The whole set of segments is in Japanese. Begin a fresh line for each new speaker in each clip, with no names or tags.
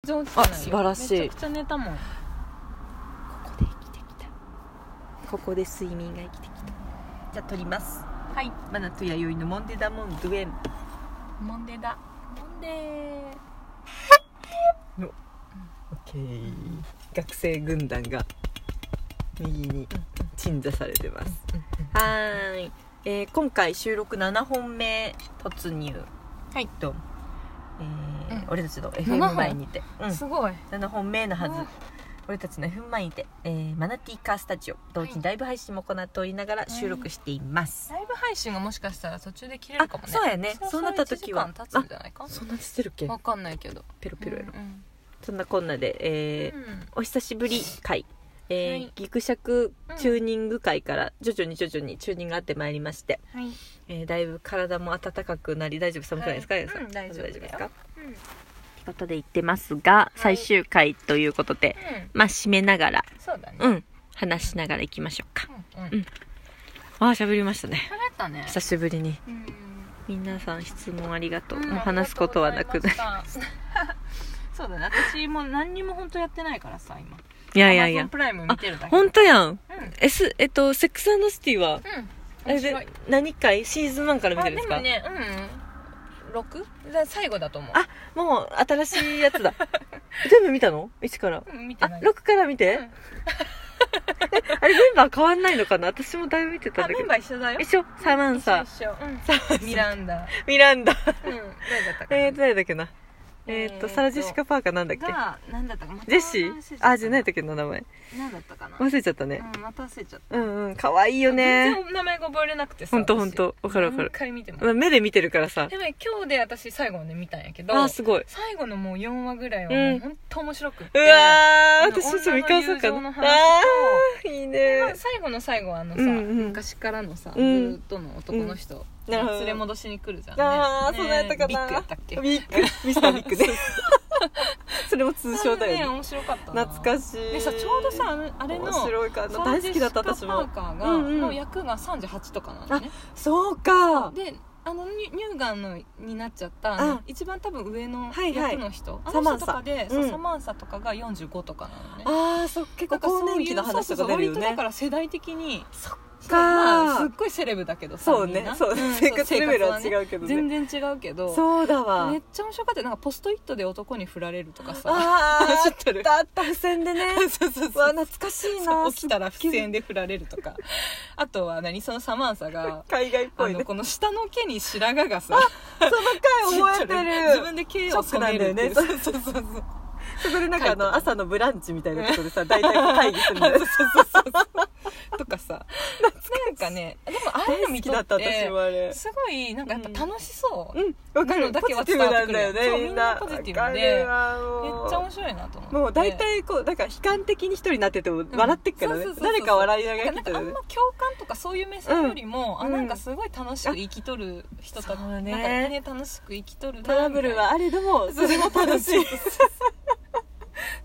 然落ちてないよ
あ素晴らし
め
い
ちゃくちゃ寝たもん
ここで生きてきたここで睡眠が生きてきたじゃあ撮ります
はい
マナと弥生のモンデダモンドゥエン
モンデだモンデー
オッケー学生軍団が右に鎮座されてますはーい、えー今回収録7本目突入
はい
と、えー
うん
俺たちの
七
FM
本
前にて、うん、
すごい
7本目のはず
うん
俺たちの FM 前にて、えーマナティーカースタジオ同時にライブ配信も行っておりながら収録しています、
ライブ配信がもしかしたら途中で切れるかもね
あそうやねそうなった時は
1時間経つんじゃないか
そんなしてるっけ
わかんないけど
ペロペロやろ、
うん
そんなこんなで、えー
うんうん
お久しぶり会、えー
はい
ギクシャクチューニング会から徐々に徐々にチューニングが合ってまいりまして、
はい
えーだいぶ体も温かくなり大丈夫寒くないですか、
はい
皆さ
うん大丈夫だよ
ですかという
うん
ことで言ってますが、
はい
最終回ということでまあ締めながら
そうだね
うん話しながら行きましょうか
うんうん
うんああ喋りましたね
疲れたね
久しぶりに
うん
皆さん質問ありがとう、
うん
もう話すことはな
あり
くない
がとうございました そうだね私も何にも本当やってないからさ今
いやいやい
Amazon
や
プライム見てるだけ
本当やん
うんうん
えすえっとセックスシティはあれ
面
で
白い
何回シーズン1から見
あ
て
で
るんです
も
か
ねうん6だ最後だと思う
あもう新しいやつだ 全部見たの ?1 から
うん見
あ
てない
6から見て、
うん
あれメンバー変わんないのかな私もだいぶ見てた
あ
ん
メ
だけ
ン
ど
バー一緒だよ
一緒サマンサ
一緒一緒うん
サマンサ
ミランダ
ミランダ
うん何だったかな
えーと誰だっけなえ
えー
ー
と
っとサラ・ジェシカ・パーカーなんだっけ
が何だったかまた
ジェシーあじゃないんだっけど名前
何だったかな
忘れちゃったね
うんまた忘れちゃった
うんうん可愛いよね
全然名前が覚えれなくてさ
ほんとほんとわかるわ
私
かる
何回見ても
まあ目で見てるからさ
でもね今日で私最後まで見たんやけど
あーすごいう
最後のもう4話ぐらいはも
う
うん本当面白くって
わー
うん
私もちょっと見返そうか
女の友情の
な
話と
あーいい
まあ
ね
最後の最後はあのさ
うんうん
昔からのさず
うん
ーっとの男の人
うんなるほど
連れ戻しに来るじゃんね
ああ、
ね
そうなんやったかな。
ビッグやったっけ
ビッグ。ミスタービッ グね。それも通称だ
あれね
よね。
面白かったな
懐かしい。
でさちょうどさあのあれの
面白いかな。
サ
大
ラジ
好
ェ
き
シ
だ
カ
った私も
パー。カー
うんう
が
ん
の役が38とかなのね
そうか。
であのに乳がんのになっちゃった
うん
あの一番多分上の
はいはい
役の人あ
サマ
の
ンサ
人とかでそううんサマンサとかが45とかなのね
ああ、そう、結
な
構
んかそう
更
いう
年期の話とか出るよ
そうそうそう割とだ
ね
か。ら世代的に
そっ
まあすっ
か。
ごいセレブだけどさ
そう
みん
ね
な。
そうね
ん。
生活レベルは
生活
違うけど
全
ね。
然違うけど
そうだわ
めっ。ちゃ面白かったよなんかポストイットで男に振られるとかさ
あ
知
あ、
っとる
だった付箋でね。
そうそう
うわ、懐かしいな。
起きたら付箋で振られるとかあとは何そのサマンサが
海外っぽ
あ
い
の
ね。
この下の毛に白髪がさ
覚えて
自
る。
分で毛を染めるっていう
ショッ
そうそうそうそう
そこでなんかあ
書い
の、
て
朝のブランチみたいなことでさ、大体会議する んだよね。
とかさなんかねでもああいう
大
の
好
見
き
と
だ
っ
った私
て
もあれ
すごいなんかやっぱ楽しそう、
うんわか
な
る
のだ
ポ
け
ジ
は
ティ
伝
ブ
わって
な
くる
んだよね
そう
みんな
みんなポジティブで
わかるわ
め
もう
っちゃ面白いなと思って
もう大体こうなんか悲観的に一人になってても笑ってっからね
うんそうそうそうそう
誰か笑いなが
な
ら来
んか
て
あ
る
んま
ね
共感とかそういう目線よりも、
うん
あなんかすごい楽しく生きとる人たち、
そうね
なんかね楽しく生きとるな
トラブルはあれでもそれも楽しい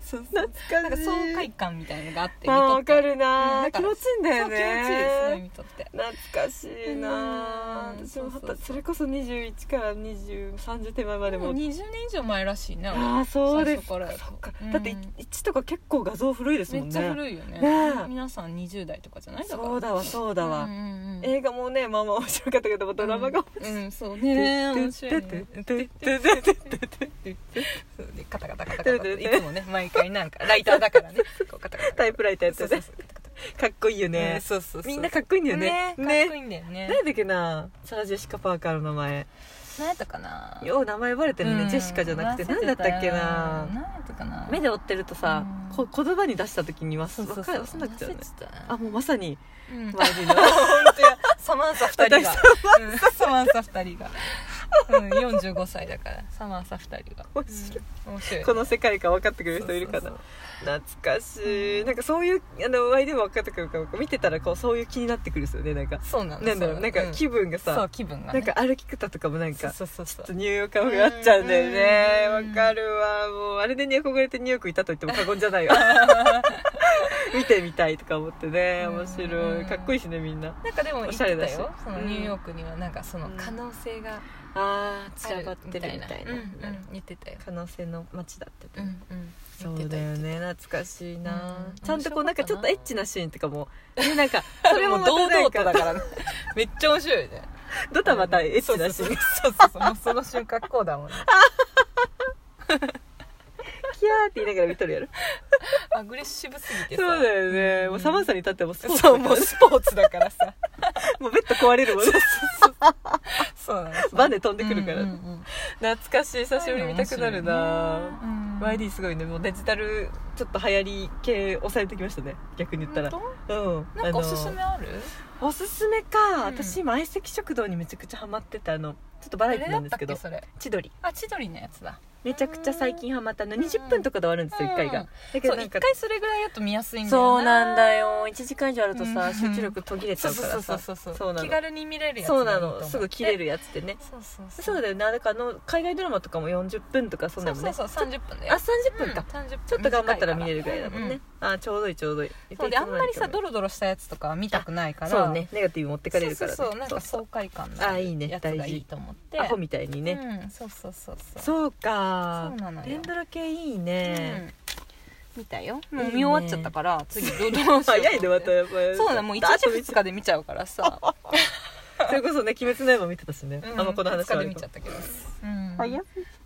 そうそう
懐
なん
か
か
しい
爽快感みたいなのがあって
あーわか
見とって
るな
うん
ー気持ちいいんだ
そう
よ
気持ちいいですね
ね
見とって
懐かしいな
う
ー
ん
私もは
そうそ
た
うそう
それこそ21から2030手前まで
で
も
も20年以上前らしいね
ああそうです
最初から
か
やと
そっか
うん
だって1とか結構画像古いです
め
も
っ
ん
ちゃ
ね
古いよね
ねえ
皆さん20代とかじゃない
そうだわそうだわ
うんうんうん
映画もねまあまあ面白かったけどドラマが
うんうんそうね面白いねそうねカタカタカタカタいつもね毎回なんかライターだからねこうカタカタ
タイプライターやつ
そう
ね
そうそうカタカタ
かっこいいよ
うん
ね
そうそうそう
みんなかっこいいんだよね
ねかっこいいんだよね
誰だっけなサラ・ジェシカ・パーカーの名前
何やったかな
よう名前バレてる
う
ね
ん
ジェシカじゃなくて
忘れ
何だったっけな
何やったかな
目で追ってるとさ
うん
こ言葉に出した時に忘
そうそう
わ
そ
か
う
る忘れなくちゃね
忘れてたね
あもうまさに
うん
マジの
サマンサ2人がうんサマンサ2人が、うん、45歳だからサマンサ2人が
面白い
うん面白い
この世界観分かってくれる人いるか
そう
な
そう
懐かしいなんかそういうあのワイでも分かってくるかも見てたらこうそういう気になってくるんですよねなんか
そうそうなの
なんだろうなんか気
分
分が
そう
さ
気分が、
な
ね、
んか歩き方とかもなん
そう
か
そうそうそ
ちょっ
う
とニューヨーカーがあっちゃうんだよね
うん
わかるわもうあれでに憧れてニューヨークいたと言っても過言じゃないわ見てみたいとか思ってね
うん
面白いかっこいいしねみんな
なんかでも言ってた
おしゃれだし
よそのニューヨークにはなんかその可能性が
ああ
あ
散らばっ
るみ
てる
たい
み
な
たいな、
うんうん言ってたよ
可能性の街だって、
うんうん
そうだよね懐かしいな、
うん
ちゃんとこうな
面白かった
んか
な
ちょっとエッチなシーンとかも、ね、なんか それ
も
もま
う
た
堂
なん
々
か
とだからね めっちゃ面白いよね
ドタバタエッチなシー
そう
ン
そうそうそうもうその瞬間こうだもんね
キャーって言いながら見とるやろ
アグレッシブすぎてさ
そうだよね、もうサマンサに立ってもそう
そうもうスポーツだからさ
もうベッド壊れるもんね
そうなの
バネ飛んでくるか
う
ら
んうん
懐かしい久しぶりに見たくなるな
うん
YD すごいねもうデジタルちょっと流行り系抑えてきましたね逆に言ったら
本
うん
当なんかおすすめ
あ
ある
のおすすめか、
うん
私今相席食堂にめちゃくちゃハマってたあのちょっとバ
あ
ラエ
れ
ティ
だ
なん
っ
で
た
す
っ
け
け
ど
それ
千鳥
あ千鳥のやつだ
めちゃくちゃ最近ハマったあの
うん
20分とかで終わるんですよ1回
うん
がだけ
そ
ど
う
なん
一
か
回それぐらいだと見やすいんだよ
そうなんだよ1時間以上あると
う
さ
ん
集中力途切れち
そ
ゃ
う
うか
そう
ら
そう
さ
そうそう
そうなの
気軽に見れるやつ
そうなのすぐ切れ
る
るやつってね
そうそうそう
そうだよねなんかあの海外ドラマとかも40分とかそん
そ
な
う
の
そ
ね
うそう30分だ
あ
よ
30分か、
うん30分
ちょっと頑張ったら見れるぐらいだもん
うんう
ね、あちょうどいいちょうどいい
そうであんまりさド
ロ
ロドロしたやつとかは見たくないから
そうねネガティブ持ってかれる
そ
か
う
ら、
そ
ね、
うそうなんか爽快感の
あいいね
やつが
大事
いいと思って
アホみたいにね、
うんそうそうそうそう
そ
そ
うか
うなの
連
よ
ドラ系いい
う
ね、
ん見たよ
いいね
もう見終わっちゃったから次どうどうしようと思って
早いねまたやっぱり
そうだねもう1日2日で見ちゃうからさ
それこそね「鬼滅の刃」見てたしね、
うん
あんまこの話
二日
はあ
で
れ
見ちゃったけどうん
早い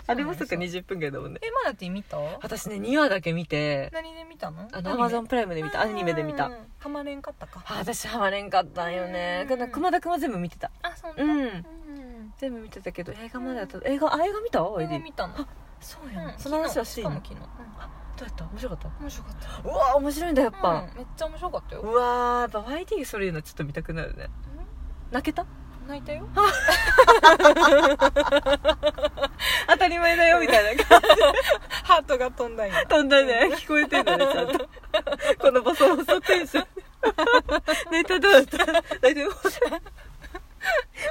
あれもそっ
そ
か
うなんで
20分ぐらいだもんね
えマナティ見た
私ね2話だけ見て
何で見たの
あのアマゾン
ン
プライムで見たアニメで見た
たまれんかったか
あ私ハマれんかったんよね
うん
熊田君は全部見てた
あそんな
うん
ん
全部見てたけど映画までだった映画あ映画見たおい
俺
で
見たの
あそうやん、
うん
その話はしていいの
昨日しかも昨日うん
どうやった面白かっ
面白かった
たうわ面白いんだやっぱ、
うんめっちゃ面白かった
う
よ
わーやっぱ YD それいうのちょっと見たくなるね泣けた
泣い たよ
当たり前だよみたいな感じ
ハートが飛んだ今
飛ん だね聞こえてんだねちゃんと このボソボソテンション 泣いたどうだった泣いてよ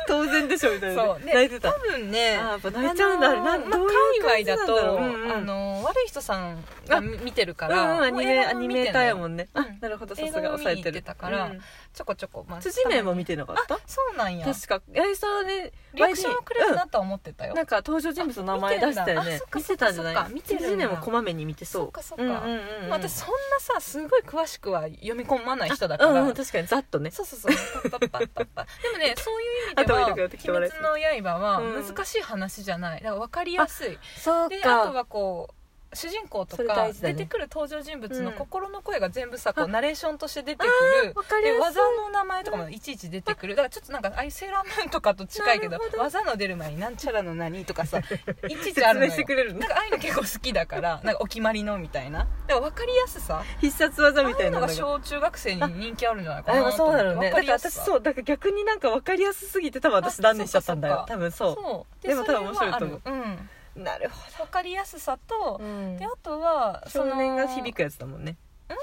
当然でしょみたいなね、
そうで
泣いてた
多分ね
あーやっぱ泣いちゃうんだあれ
あ
な
の
ん
まあ
どういう感
界
じ
隈
な
だ
んだ
と
ろううんうん
あの悪い人さんが
あ
見てるか
う
ら
ん、アニメ
もう映画
ア
も
ニ
見てんの
メ
よ
たやもんねあ
うん
なるほどさすが
映
抑え
画も見に
て
行って
る
たから
うん
ちょこちょこまあ
辻面も見てなかった
あそうなんや
確かえそうね
リアクション
YD
をくれるなとは思ってた
う
よ
んなんか登場人物の名前出し
あ見
たよ
てんだあ
ね
そっか
見てたんじゃ
そっか
な
そっ
い
か見てるんだ
辻面もこまめに見てそう
そっかそっか
うんうんうんうん
まあ私そんなさすごい詳しくは読み込まない人だか
うんう
ら
ん確かにざっとね
そうそうそうパッパッパッパッパッでも ねそういう意味では「
あと
鬼
見てくれ
滅の刃」は
うん
難しい話じゃないだから分かりやすい
そ
であとはこう主人公と
それ
か
大事だ
出
ね
てくる登場人物の
うん
心の声が全部さこう
あ
ナレーションとして出てくる
わかり
で
やすい
技の名前とかもいちいち出てくるだからちょっとなんかああいうセーラームーンとかと近いけど
なるほど
技の出る前になんちゃらの何とか さいちいちあるの
説明
よ
してくれるね
なんかああいうの結構好きだからなんかお決まりのみたいなだから分かりやすさ
必殺技み
ああ
た
い
いう
の
な
が
のが
小中学生に人気あるんじゃないか
あやっ
なと
ぱそう
思っ
だ
て
ろうね
分
だ
かり
か
やす
ら私
さ
そうだから逆になんかわかりやすすぎて多分私断念しちゃったんだ
あそっ
よ
か
多分そう
そう
でも多分面白いと思う
それはある
なる
うん分かりやすさと
ほど
であとは
少年が響
く
くやつだもんね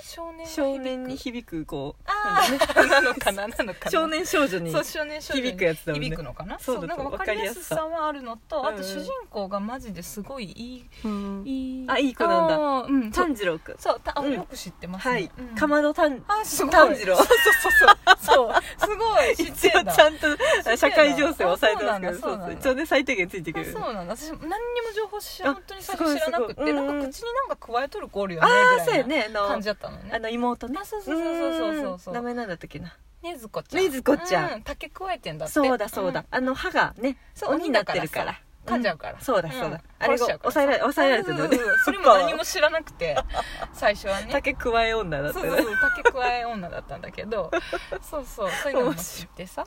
少年が響く
少年に響くこう
ああ なのかななのかな
少年少女に
そう少年少女に
響くやつだもんね
響くのかな
そう
そう
だ
なん
と
か分かりやすさはあるのと
わ
あ
か
と
りやすさ
主人公がマジですごいいい
うん
いい
あいい子なんだ
だうんそう
炭治郎くん
そうたあ
うん
よく知ってますね
はい
うん
かまど炭
あすごい
炭治郎
そうそうそうそうそうすごい知
一
って
応
んだ
ちゃんと
な
社会情勢を抑えてますけ
あ
ど
そう
そ
なだそ
うんそう
うなんだ
一応ね最低限ついてく
あ
れる
そうなんだ私何にも情報知
あ
本当に最初
すご
知
い
らなくって
すごい
な
うんん
か口になんか加えとる子おるよ
あ
ね
あ
ぐ
そう
ら
や
いな
ねあの
感じだったの
あ
ね
の妹ね
あそうそうそうそうそうそう
名前なんだったっけな
ねずこちゃん
ねずこちゃん
う竹加えてんだって
そうだそうだ、あの歯がね
そう
鬼になってる
鬼だか
から
らさ噛んじゃうから
そうだそうだ、
うん
あれ
殺しちゃ
が
うから
抑えられ抑えられてるのね
そうそうそ うそれも何も知らなくて最初はね
竹加え女だ
そ
っ
う
た
そう
ね
そう竹加え女だったんだけどそうそうそういうのも知ってさ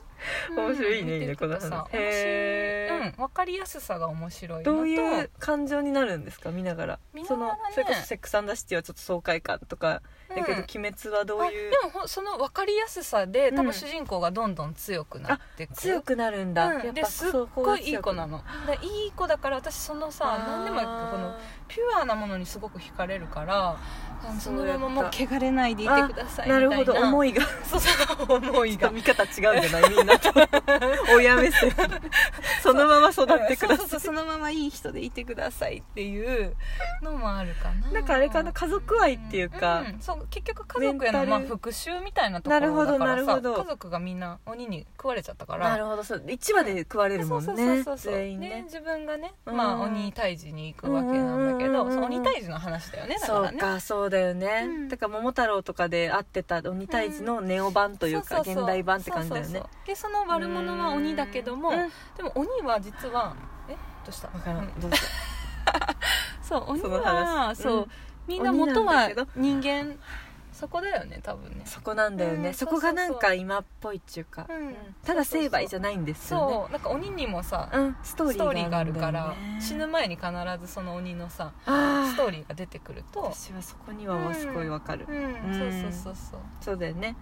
面白いね
うん
いいねこの話
見て
へ
てさ面白い
ー
うん分かりやすさが面白いのと
どういう感情になるんですか見ながら
見な
そ
がら
の
ね
それこそ「セックスダシティ」はちょっと爽快感とか、だけど
うん
「鬼滅」はどういう
あでもほんその分かりやすさで多
う
分
ん
主人公がどんどん強くなってく
強くなるんだ、
うん
やっ
で
ぱ
すっ
そうこう
ごいいい子な
の
のだからいい子だから私そのさ何でもこのピュアなものにすごく惹かれるからあのそのままもう汚れないでいてくださいみた
ない
な
るほど思
い
いが
そうそう思いが
見方違うんじゃないみんなと親目線そのまま育ってくだ
そうそ
さ
うそうそのままいい人でいてくださいっていうのもあるかな
いなんかあれかな家族愛っていうか、
んそう結局家族への、
メン
ま
タ
あ、
ル
復讐みたいなところだからさ
なるほどなるほど
家族がみんな鬼に食われちゃったから
なるほどそう一話で食われる
そ
も
うんそうそう
ね
そうそう
全員
ね
ね
自分がね、
うん
まあ鬼退治に行くわけなんだけ
うんうんう
ど
んうん
その鬼退治の話だよねだか
そ
ら
う
ね
かそうだよね、
うん
だから「桃太郎」とかで会ってた鬼退治のネオ版という
そ
か
そそ
現代版って感じだよね
そうそうそうでその悪者は鬼だけども、
うん
でも鬼は実はえどうした
わから
うん
んどうした
そう鬼
その話
は
うん
そう、みんな
鬼なん
元は
だけど
人間そこだよね多分ね
そこなんだよね、
うん
そこがなんか今っぽいっていうか、
うん
ただ成敗じゃないんですよね
そうなんか鬼にもさ、
うん、ストー
ス
リ
トーリー
ー
が
が
あ
あ
る
る
か
からら、
死ぬ前に必ずその鬼のさ
あ
ス
ー
トーリーが出てくると
私はそこにはすごいわかる、
うん、
うん
そうそうそうそう、
そうだよね、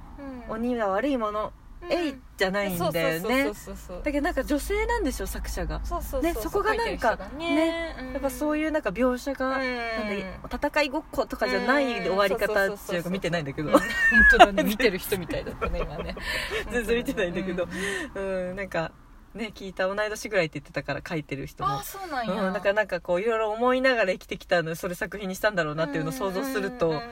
うん、
鬼は悪いも
う
の、
ん
えいじゃないんだよね
そうそうそう
だけどなんか女性なんでしょ作者が、
そうそうそうそう
ねそこがなんかねやっぱそう
い
いうなんか描写
う
が、なん
ん
か戦いごっことかじゃない終わり方っていうか見てないんだけど、
本当だね見てる人みたいだったね今ね
全然見てないんだけど
う
うん、なんかね聞いた同い年ぐらいって言ってたから書いてる人
あ
も
あそうなんや、
うん、だからなんかこういろいろ思いながら生きてきたのそれ作品にしたんだろうなっていうのを想像すると、
うんうん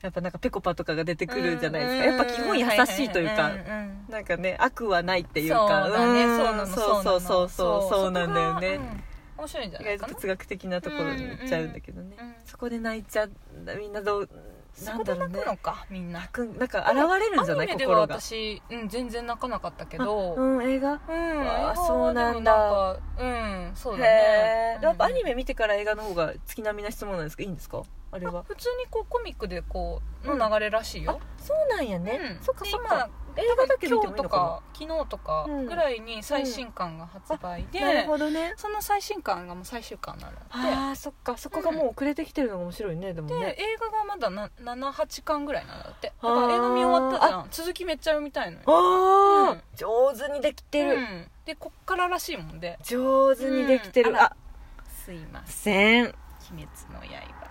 やっぱなんかペコパとかが出てく
う
る
ん
じゃないですか、やっぱ基本優しいというか、
んん
なんかね悪はないっていうか
そうだね
ん
そうなの
そうそうそうそうそうなんだよね、
そこがうん面白いんじゃ
意
ない
外
か
と
な
哲学的なところに行っちゃうんだけどね、
うんうんうん
そこで泣いちゃうみんなどう
そ
なん
こ
だ
で
ろう
泣
ね
くのかみんな
泣くなんか現れるんじゃな
ア
い
ニメでは
心が
私、うん、全然泣かなかったけ
あ
ど
うん映画
うん、
わあ
映画は
そうなんだ
でもなんかうんそうだ
へ
ね
えやっぱアニ
メ
メ見てから映画の方が月並みな質問なんですかいいんですかあれは
普通にこうコミックでこうの流れらしいよ、
そうなんや
うん
そっか
で
そっか
今
映画だけ見
今
て
日
もいい
と
のか
か昨日とか
うん
ぐらいに最新刊が発売で、
ななるほどね
その最新刊がもう最終巻になるの
あーそっかそこがもう遅れてきてるのが面白いねでも
で、
ね
で映画がまだな78巻ぐらいなんだってだ
あ
か
ー
ら映画見終わったじゃん続きめっちゃ読みたいのよ
ああ、
うん
上手にできてる、
うんでこっかららしいもんで
上手にできてる、
うん
あ
すいません
せん
「鬼滅の刃」